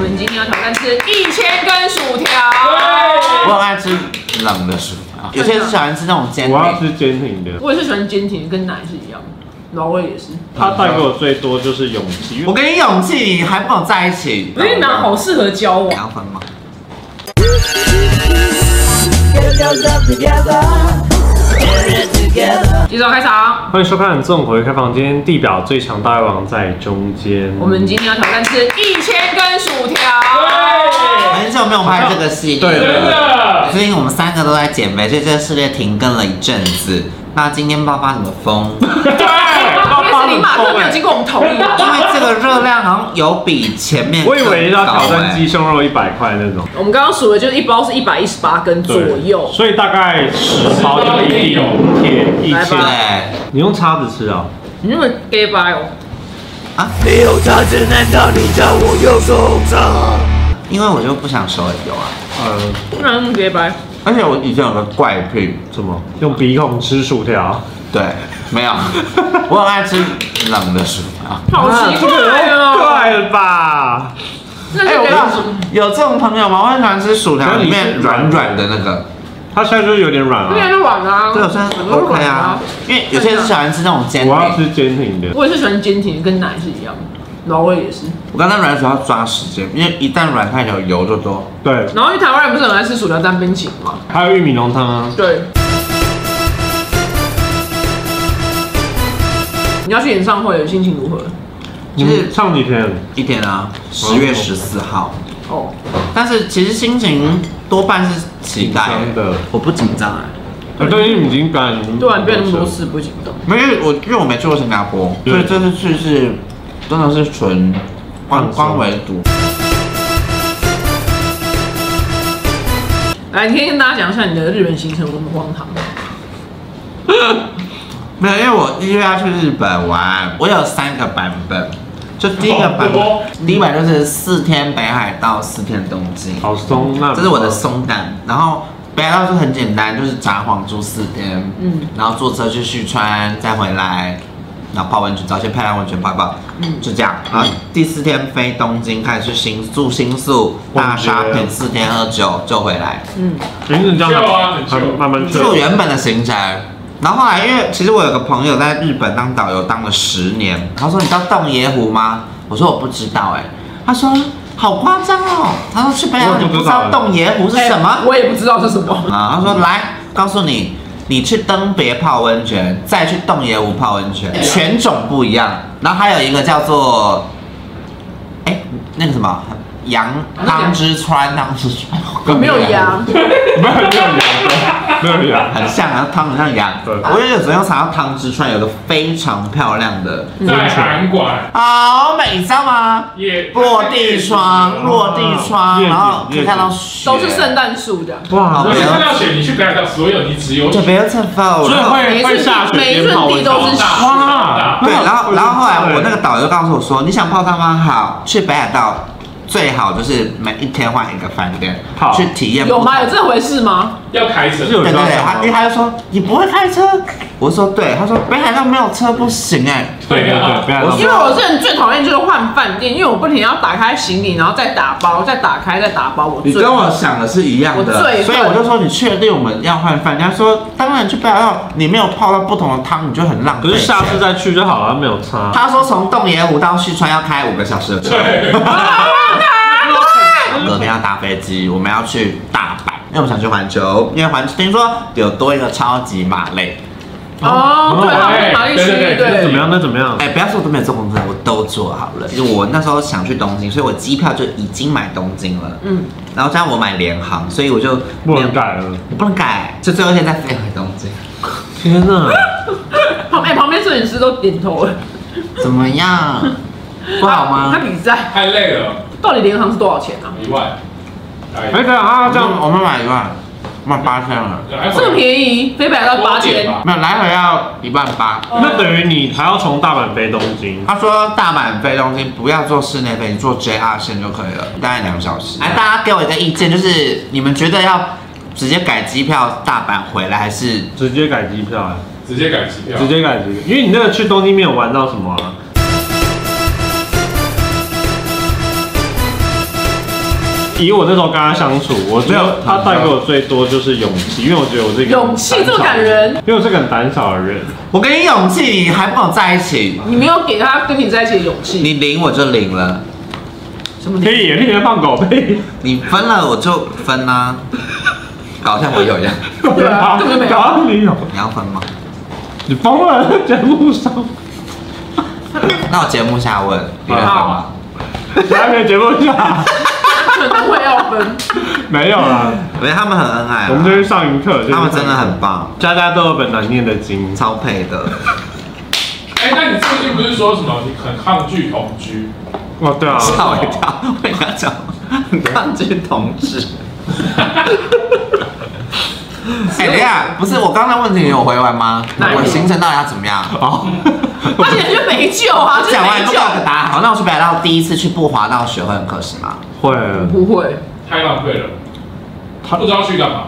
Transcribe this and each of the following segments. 们今天要挑战吃一千根薯条。我很爱吃冷的薯条，有些人喜欢吃那种煎我要饼。吃坚挺的。我也是喜欢坚挺，跟奶是一样的，老味也是。他带给我最多就是勇气，因我为给你勇气，你还不能在一起。我觉得你们好适合交你往。要分吗？介绍开啊场，欢迎收看《纵回开房间》，地表最强大胃王在中间。我们今天要挑战吃一千根薯条。很久没有拍这个系列对真了。的最近我们三个都在减肥，所以这个系列停更了一阵子。那今天爆发你的风， 因为是你马克没有经过我们同意。因为这个热量好像有比前面我以为要更高挑哎战鸡胸肉一百块那种，我们刚刚数的就是一包是一百一十八根左右。嗯所以大概十包就一定五铁一来吧千。对你用叉子吃啊？你那么 gay 白哦，啊，没有他，子，难道你叫我右手叉？因为我就不想手油啊，呃，不然那么 gay 白。而且我以前有个怪癖，什么？用鼻孔吃薯条？对，没有，我很爱吃冷的薯条。好奇怪哦！怪了吧？那 哎、是我给告我诉什么？你，有这种朋友吗？我很喜欢吃薯条里面软软的那个，它现在就是有点软那啊。就软啦。对，我算是很 OK 哦啊。因为有些人喜欢吃那种煎我要饼，吃坚挺的。我也是喜欢坚挺，跟奶是一样的，老味也是。我刚才软的时候要抓时间，因为一旦软太久油就多。对，然后因为台湾人不是很爱吃薯条沾冰淇淋嘛？还有玉米浓汤啊。对。你要去演唱会，心情如何？你们唱嗯几天？一天啊，十月十四号，哦，但是其实心情多半是期待紧张的我不紧张哎、我对玉米已经感对啊，你变那么多次不紧张。没有我，因为我没去过新加坡，所以对这次去是真的是纯观光为主。来，你可以跟大家讲一下你的日本行程有多么荒唐。没有，因为我一月要去日本玩，我有三个版本。就第一个版本，第一版就是四天北海道，四天东京，好松，那这是我的松蛋。然后北海道就很简单，就是札幌住四天，嗯嗯，然后坐车去旭川，再回来，然后泡温泉，找些漂亮温泉泡泡，嗯嗯，就这样。然后第四天飞东京，开始去新宿、新宿大逛街啊沙田四天喝酒就回来，嗯，平时这样就啊还就慢慢去这。是我原本的行程。然后后来，因为其实我有个朋友在日本当导游当了十年，他说你知道洞爷湖吗？我说我不知道哎、他说好夸张哦，他说去北海道我也你不不知知道道洞爷湖是什么哎？我也不知道是什么。啊，他说来告诉你，你去登别泡温泉，再去洞爷湖泡温哎泉，泉种不一样。然后还有一个叫做，哎、那个什么羊汤之川，汤之川没有羊，，没有没有羊，没有羊。很像啊，汤很像羊。对我也有昨天有查到汤之川有个非常漂亮的，嗯在韩馆好美，你知道吗？也落地窗，落地窗，嗯夜景然后可以看到雪，都是圣诞树的。哇你看到雪，你去北海道所有，你只有这 beautiful。所以每一会次会下雪，每一次鞭炮地都是会炸雪哇！对，然后然后后来我那个导游告诉我说，你想泡汤吗？好，去北海道最好就是每一天换一个饭店好，去体哎验不有同。吗？有这回事吗？要开车是，有对对对，他因为对他就说你不会开车，我说对，他说北海道没有车不行哎、对对，不要我因为我这人最讨厌就是换饭店，因为我不停要打开行李，然后再打包，再打开，再打包。我你最跟我想的是一样我最的，所以我就说你确定我们要换饭店？他说当然去北海道，你没有泡到不同的汤，你就很浪费可钱。是下次再去就好了，没有差。他说从洞爷湖到旭川要开五个小时 的车。对，隔天要搭飞机，我们要去大阪，因为我们想去环球，因为环听说有多一个超级马类。哦，对，哦好像玛丽区域对对对那怎对么样？那怎么样？哎、不要说我都没有做功课，我都做好了。就我那时候想去东京，所以我机票就已经买东京了。嗯，然后加上我买联航，所以我就不能，改了。我不能改，就最后一天再飞回东京。天哪！旁哎旁边摄影师都点头了，啊怎么样？ 不好他吗？比赛太累了，到底联航是多少钱啊？一万，哎哎，等一下他啊，这这样样我们买一万，卖八千了，来这么宜，便宜，飞北到八千，没有来回要一万八。那等于你还要从大阪飞东京，他说大阪飞东京不要坐室内飞，你坐 JR 线就可以了，大概两个小时。哎，大家给我一个意见，就是你们觉得要直接改机票大阪回来，还是直接改机票，啊直接改啊机票，直接改机票，因为你那个去东京没有玩到什么啊。以我那时候跟他相处，我最有他带给我最多就是勇气，因为我觉得我是一个勇气这么感人，因为我是个很胆小的人。我给你勇气，你还不跟我在一起，你没有给他跟你在一起的勇气。你领我就领了，什么你？屁，你别放狗屁！你分了我就 分啊，搞像我有一样，对啊根本没有搞到你有，哦你要分吗？你疯了，在节目上，那我节目下问，你会分吗？哪个节 目上？可能会要分。没有啦，因为他们很恩爱啊我们就啦，去上一课。他们真的很，棒，家家都有本难念的经。超配的。哎，那你最近不是说什么你很抗拒同居？哦，对啊，吓我一跳，我跟他讲，很抗拒同志。哎、等一下，不是我刚才问题你有回完吗？哪那一个我行程到底要怎么样？哦，他现在就没救啊，就是 讲完没不救告。诉答案。好，那我去北海道第一次去不滑道学会很可惜吗？会，啊不会，太浪费了，他不知道去干嘛。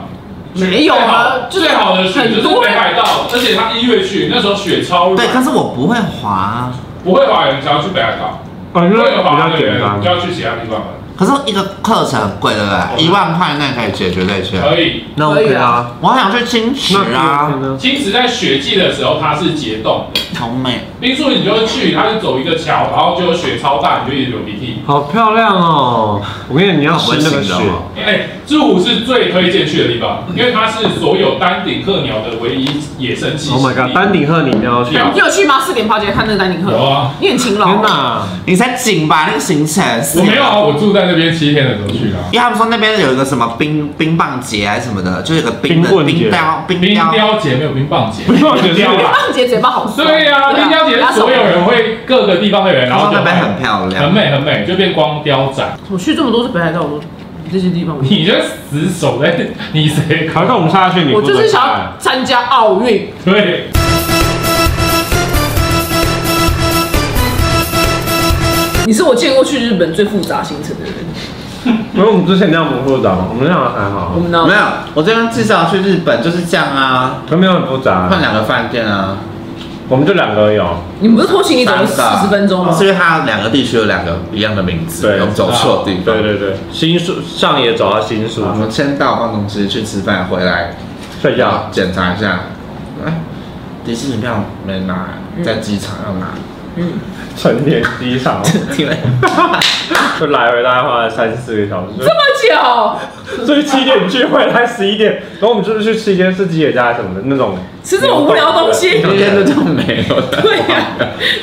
没有啊就是最好的雪就很是多北海道，而且他一月去，那时候雪超软。对，可是我不会滑、啊。不会滑的人只要去北海道，我觉不得会比滑较的简人就单。要去其他地方了。可是一个课程很贵，对不对？一万块那可以解决这些。可以，那可以 OK 啊啊，我还想去青石那第二啊天，呢？其实在雪季的时候它是结冻的，同美。冰柱你就会去，它就走一个桥，然后就有雪超大，你就一直流鼻涕。好漂亮哦！我跟你讲，你要好温吃那个馨雪的，哦哎，志湖是最推荐去的地方，因为它是所有丹顶鹤鸟的唯一野生栖息地。 Oh my god！丹顶鹤你一定要去，有天你有去吗？四点八节看那个丹顶鹤，有啊你很勤劳。哪！你才紧吧那个行程？我没有啊，我住在那边七天的时候去的啊。因为他们说那边有一个什么冰冰棒节还是什么的，就是有个冰的冰棍节冰雕冰冰雕。雕节没有冰棒节，冰棒节是啊雕啦。啊浪姐嘴巴好啊酸。对呀、冰雕节是所有人会各个地方的人，他然说后就那边很漂很亮，美很美，就变光雕展。我去这么多次北海道，我都这些地方，你这死守在你谁考考我们下去，你我负就责是想看要。参加奥运。对？你是我见过去日本最复杂行程的人。因为我们之前那样不复杂，我们那样还好我，们呢？没有，我这边至少去日本就是这样啊，可没有很复换嗯杂，两个饭店啊，我们就两个有。你们不是通勤你等于四十分钟吗是？因为它两个地区有两个一样的名字，对啊我们走错地方。对对对，新宿上野走到新宿我们先到办公室去吃饭，回来睡觉，检查一下，哎，迪士尼票没拿，嗯在机场要 拿。成田机场因 为就来回大概花了三四个小 时，这么久，所以七点去回来十一点，然后我们就是去吃一间是吉野家什么的那种，吃这种无聊东西今天就这样没有了。对啊呀、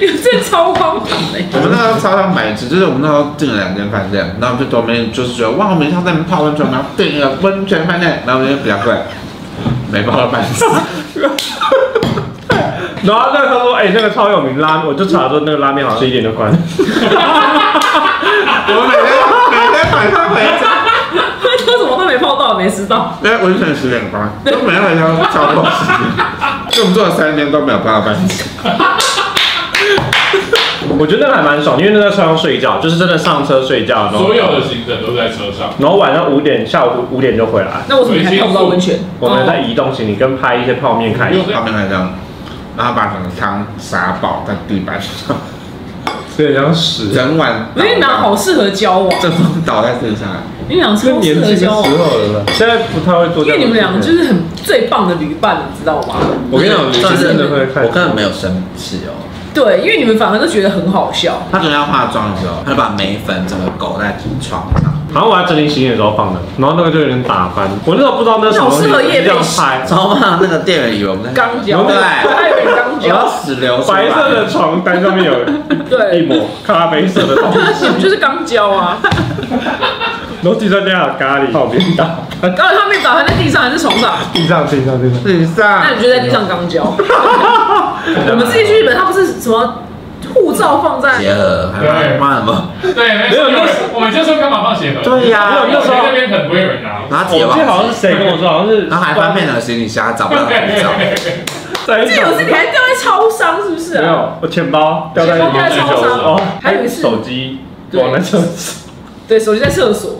你们这超荒唐的。我们那时候超想买，只就是我们那时候订了两间饭店，然后就都没就是觉得哇，我们要在那边泡温泉，然后订一个温泉饭店，然后就比较贵，没包了半次。然后那时候说，哎、那个超有名拉面，我就查说那个拉面好像是一点就关， 我们每天每天晚上回家，他什么都没泡到，没吃到。那温泉十点关，都每天回家超过时间，所以我们做了三天都没有包了半次。我觉得那个还蛮爽，因为那在车上睡觉，就是真的上车睡觉，然后所有的行程都在车上。然后晚上五点下午五点就回来，那为哦什么你还泡不到温泉？我们在移动行李跟拍一些泡面看一下，泡面来讲，然后把整个汤洒爆在地板上，有点像屎整晚我跟你俩好适合交往，正倒在地上。你们俩这超年适纪合的时交候往，了，现在不太会做哦因这为样的事情。你们俩就是很最棒的旅伴，你知道吗？我跟你讲，女生真的会看，我根本没有生气哦。对，因为你们反而都觉得很好笑。他可能要化妆的时候，他就把眉粉整个勾在床上，好像我在整理行李的时候放的，然后那个就有点打翻，我那时候不知道那是什么东西，那种适合夜这配样拍，然后让那个店员以为我们在钢胶，对，他有点钢我要胶，死流出来白色的床单上面有对一抹咖啡色的东西，就是钢胶啊。然后地上加有咖喱泡面打，刚才他没打，还在地上还是床上？地上地上地上，地上那，你就在地上钢胶。我们自己去日本，他不是什么护照放在结合，还骂什么？对，没有有人，我们就说干嘛放鞋盒？对呀没有那时候我那们边可能不会有人拿。然后结哦我记得好完，像是谁跟我说，好像是然后还翻遍了行李箱，找不到护 照。在这有事你还掉在超商是不是没啊？有，我钱包掉在钱包掉在地上床上哦，还有一次手机对忘在手机，对，手机在厕所。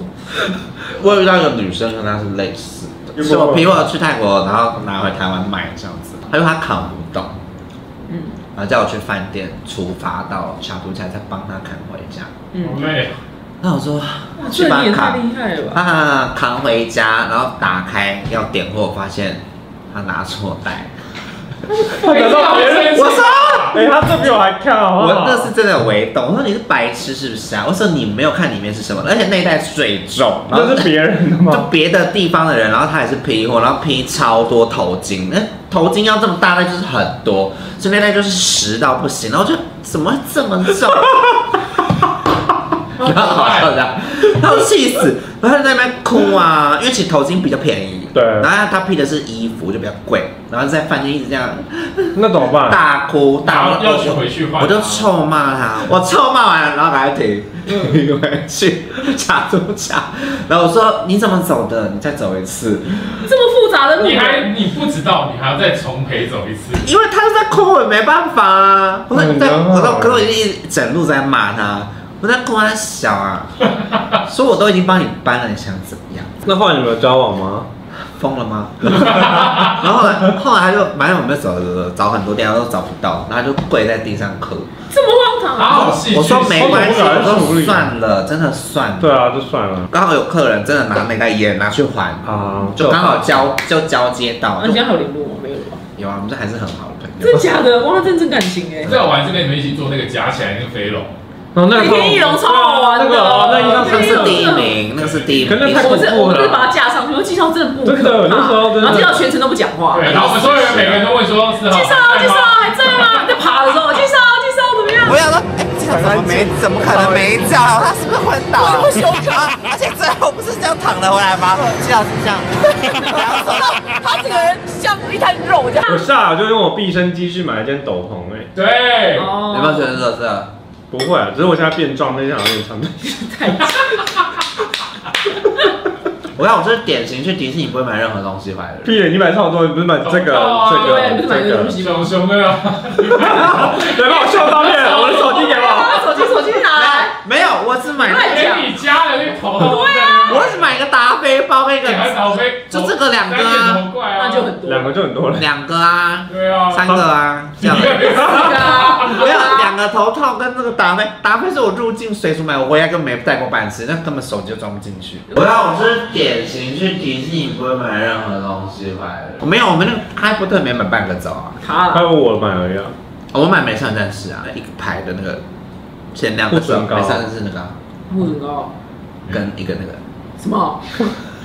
我有遇到一个女生，跟她是类似的，是我比我去泰国，然后拿回台湾卖这样子，她说她扛不动，嗯然后叫我去饭店出发到小姑家，再帮她扛回家。嗯，累，那我说去这把你也卡太厉害 了吧！啊扛回家，然后打开要点货，发现他拿错袋。他得到别人，啊我说哎，他这比我还看啊好不我好？那是真的围懂，我说你是白痴是不是啊？我说你没有看里面是什么，而且那一袋水重，然后那是别人的就吗？别的地方的人，然后他也是批货，然后批超多头巾，那头巾要这么大袋就是很多，所以那袋就是实到不行，然后我就怎么会这么 重？然后好笑的，然后我气死，然后他在那边哭啊，因为其实头巾比较便宜，对然后他披的是衣服就比较贵，然后在饭店一直这样那怎么办？大哭大然闹，后要去回去换啊我就臭骂他，我臭骂完，然后赶快停，嗯因为去查住查，然后我说你怎么走的？你再走一次，这么复杂的路，你还你不知道，你还要再重陪走一次。因为他是在哭，我也没办法啊。我说嗯你在，然后我说可是我一整路在骂他，我在哭他小 啊，说我都已经帮你搬了，你想怎么样？那后来你们有交往吗？疯了吗？ 然后后来后来他就反正我们就走走走，找很多地方都找不到，然后他就跪在地上哭。这么荒唐啊！啊好戏剧我说没关系，啊性我说算了，真的算了。对啊，就算了刚好有客人真的拿那袋烟拿去还，啊，就刚好交就交接到啊，你，现在还有联络吗？没有了吧？有啊，我们这还是很好的朋真友。假的？哇，认真感情哎！在我还是跟你们一起做那个夹起来那个飞龙，哦然后那个李天翼龙超好玩的，那个哦那一张那个三是第一名，那个是第一名。可是太我是我恐怖不了是把他架上去，我记绍真的不真的那时候真的然后记绍全程都不讲话。啊对，然后我们所有人每个人都问说：“是介绍啊介绍哦还在吗？在爬的时候，介绍啊介绍怎么样？我想说，哎，这小子没怎么可能没叫？他是不是昏倒？我不而且最后不是这样躺了回来吗？这样这样，他整个人像一滩肉这样。我下午就用我毕生积蓄买了一件斗篷，哎，对，哦有没有觉得这是？不会啊，只是我现在变壮，那件好像有点穿不起。 我看我就是典型去迪士尼不会买任何东西回来的人。 屁嘞，你买超多，你不是买这个这哦对个不这是买这个个东？西熊熊的啊，哦 来帮我秀 照片，我的手机给我。啊把手机手机拿来，没有，我只买，哎给你加了那个头套，啊对我只买一个达菲包跟一你还个逃飞，哦就这个两个啊三眼头怪啊，那就很多。两个就很多了，两个啊，对啊，三个啊，这样。对啊没有两个头套跟那个达菲，达菲是我入境随处买，我回来根本没带过半次，那根本手机就装不进去。我要我是典型去迪士尼不会买任何东西回来的。没有，我们那个哈利波特没买半个走啊，卡还了，有我买而已啊。我买美少女战士啊，一个排的那个限量的不准高美少女战士那个啊、不能高。跟一个那个。什么？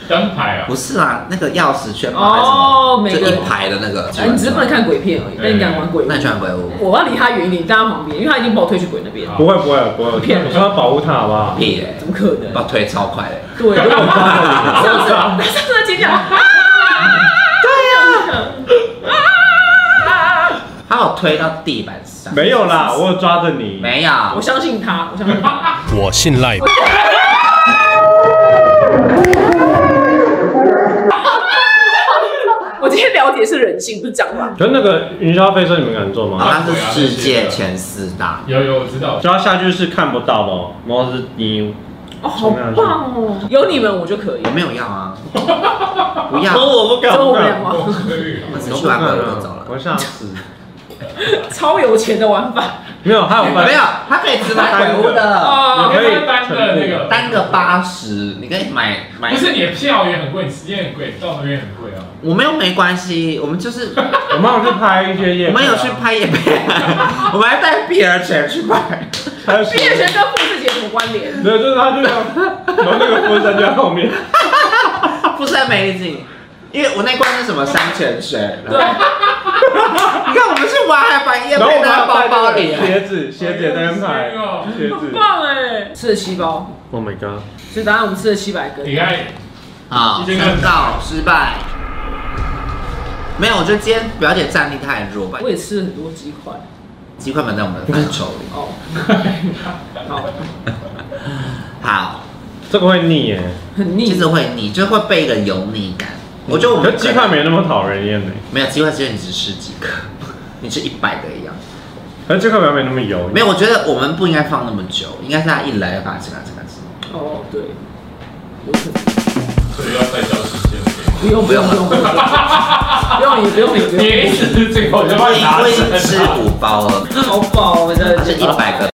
灯牌啊，不是啊，那个钥匙圈吧还是什么哦每个就一排的那个。嗯哎，你只是不能看鬼片而已，但你敢玩鬼屋那？你喜欢鬼屋？我要离他远一点，站他旁边，因为他已经把我推去鬼那边，不会不会不会，骗我说要保护他好不好？屁嘞、怎么可能？把推超快嘞、对， 上次上次的尖叫，啊，对呀，啊他有推到地板上。没有啦，我有抓着你。没有，啊我相信他，我相信他，我信赖。 我今天了解是人性，不是蟑螂。可是那个云霄飞车你们敢坐然后吗？哦他是世界前四大。有有我知道，就要下去是看不到的哦，然后是你哦，好棒哦！有你们我就可以我，没有要啊，不要，我不只敢有我们俩吗？啊我只去玩鬼屋就走了。啊我吓死。超有钱的玩法没有，还有没有，他可以只买鬼屋的，哦啊！可以单的那个单个，八十，你可以买买。不是你的票也很贵，你时间很贵，到那边很贵啊。我们又没关系，我们就是我们有去拍一些夜，啊我们有去，拍夜配，我们还带碧儿犬去拍。还有毕业生跟复制节有什么关联？没有，就是他 就这样，然后那个风扇就在后面，不是很美景，因为我那罐是什么山泉水。对，你看我们去玩还把夜然后我配们拿到还包包带里，鞋子，鞋子也在那边拍哎呦，鞋子。棒哎！吃了七包， Oh my god！所以答案我们吃了七百根。你看，啊，宣告失败。没有，我觉得今天表姐战力太弱吧我，也吃了很多鸡块鸡块门在我们的范畴里。 哦。好，好，这个会腻耶，很其腻实。会你就会被一个油腻感。我觉得我可们是鸡块没那么讨人厌呢，没有鸡块，其实你只吃几个，你吃一百个一样。可是鸡块没那么油。没有，我觉得我们不应该放那么久，应该是他一来就把它吃完吃完吃完。哦，对，有可能。所以要再交时间。不用不用不用不用，不用你不用你不你用，一直最后就帮你拿我已经针吃了五包了，好饱，我真它的是一百个。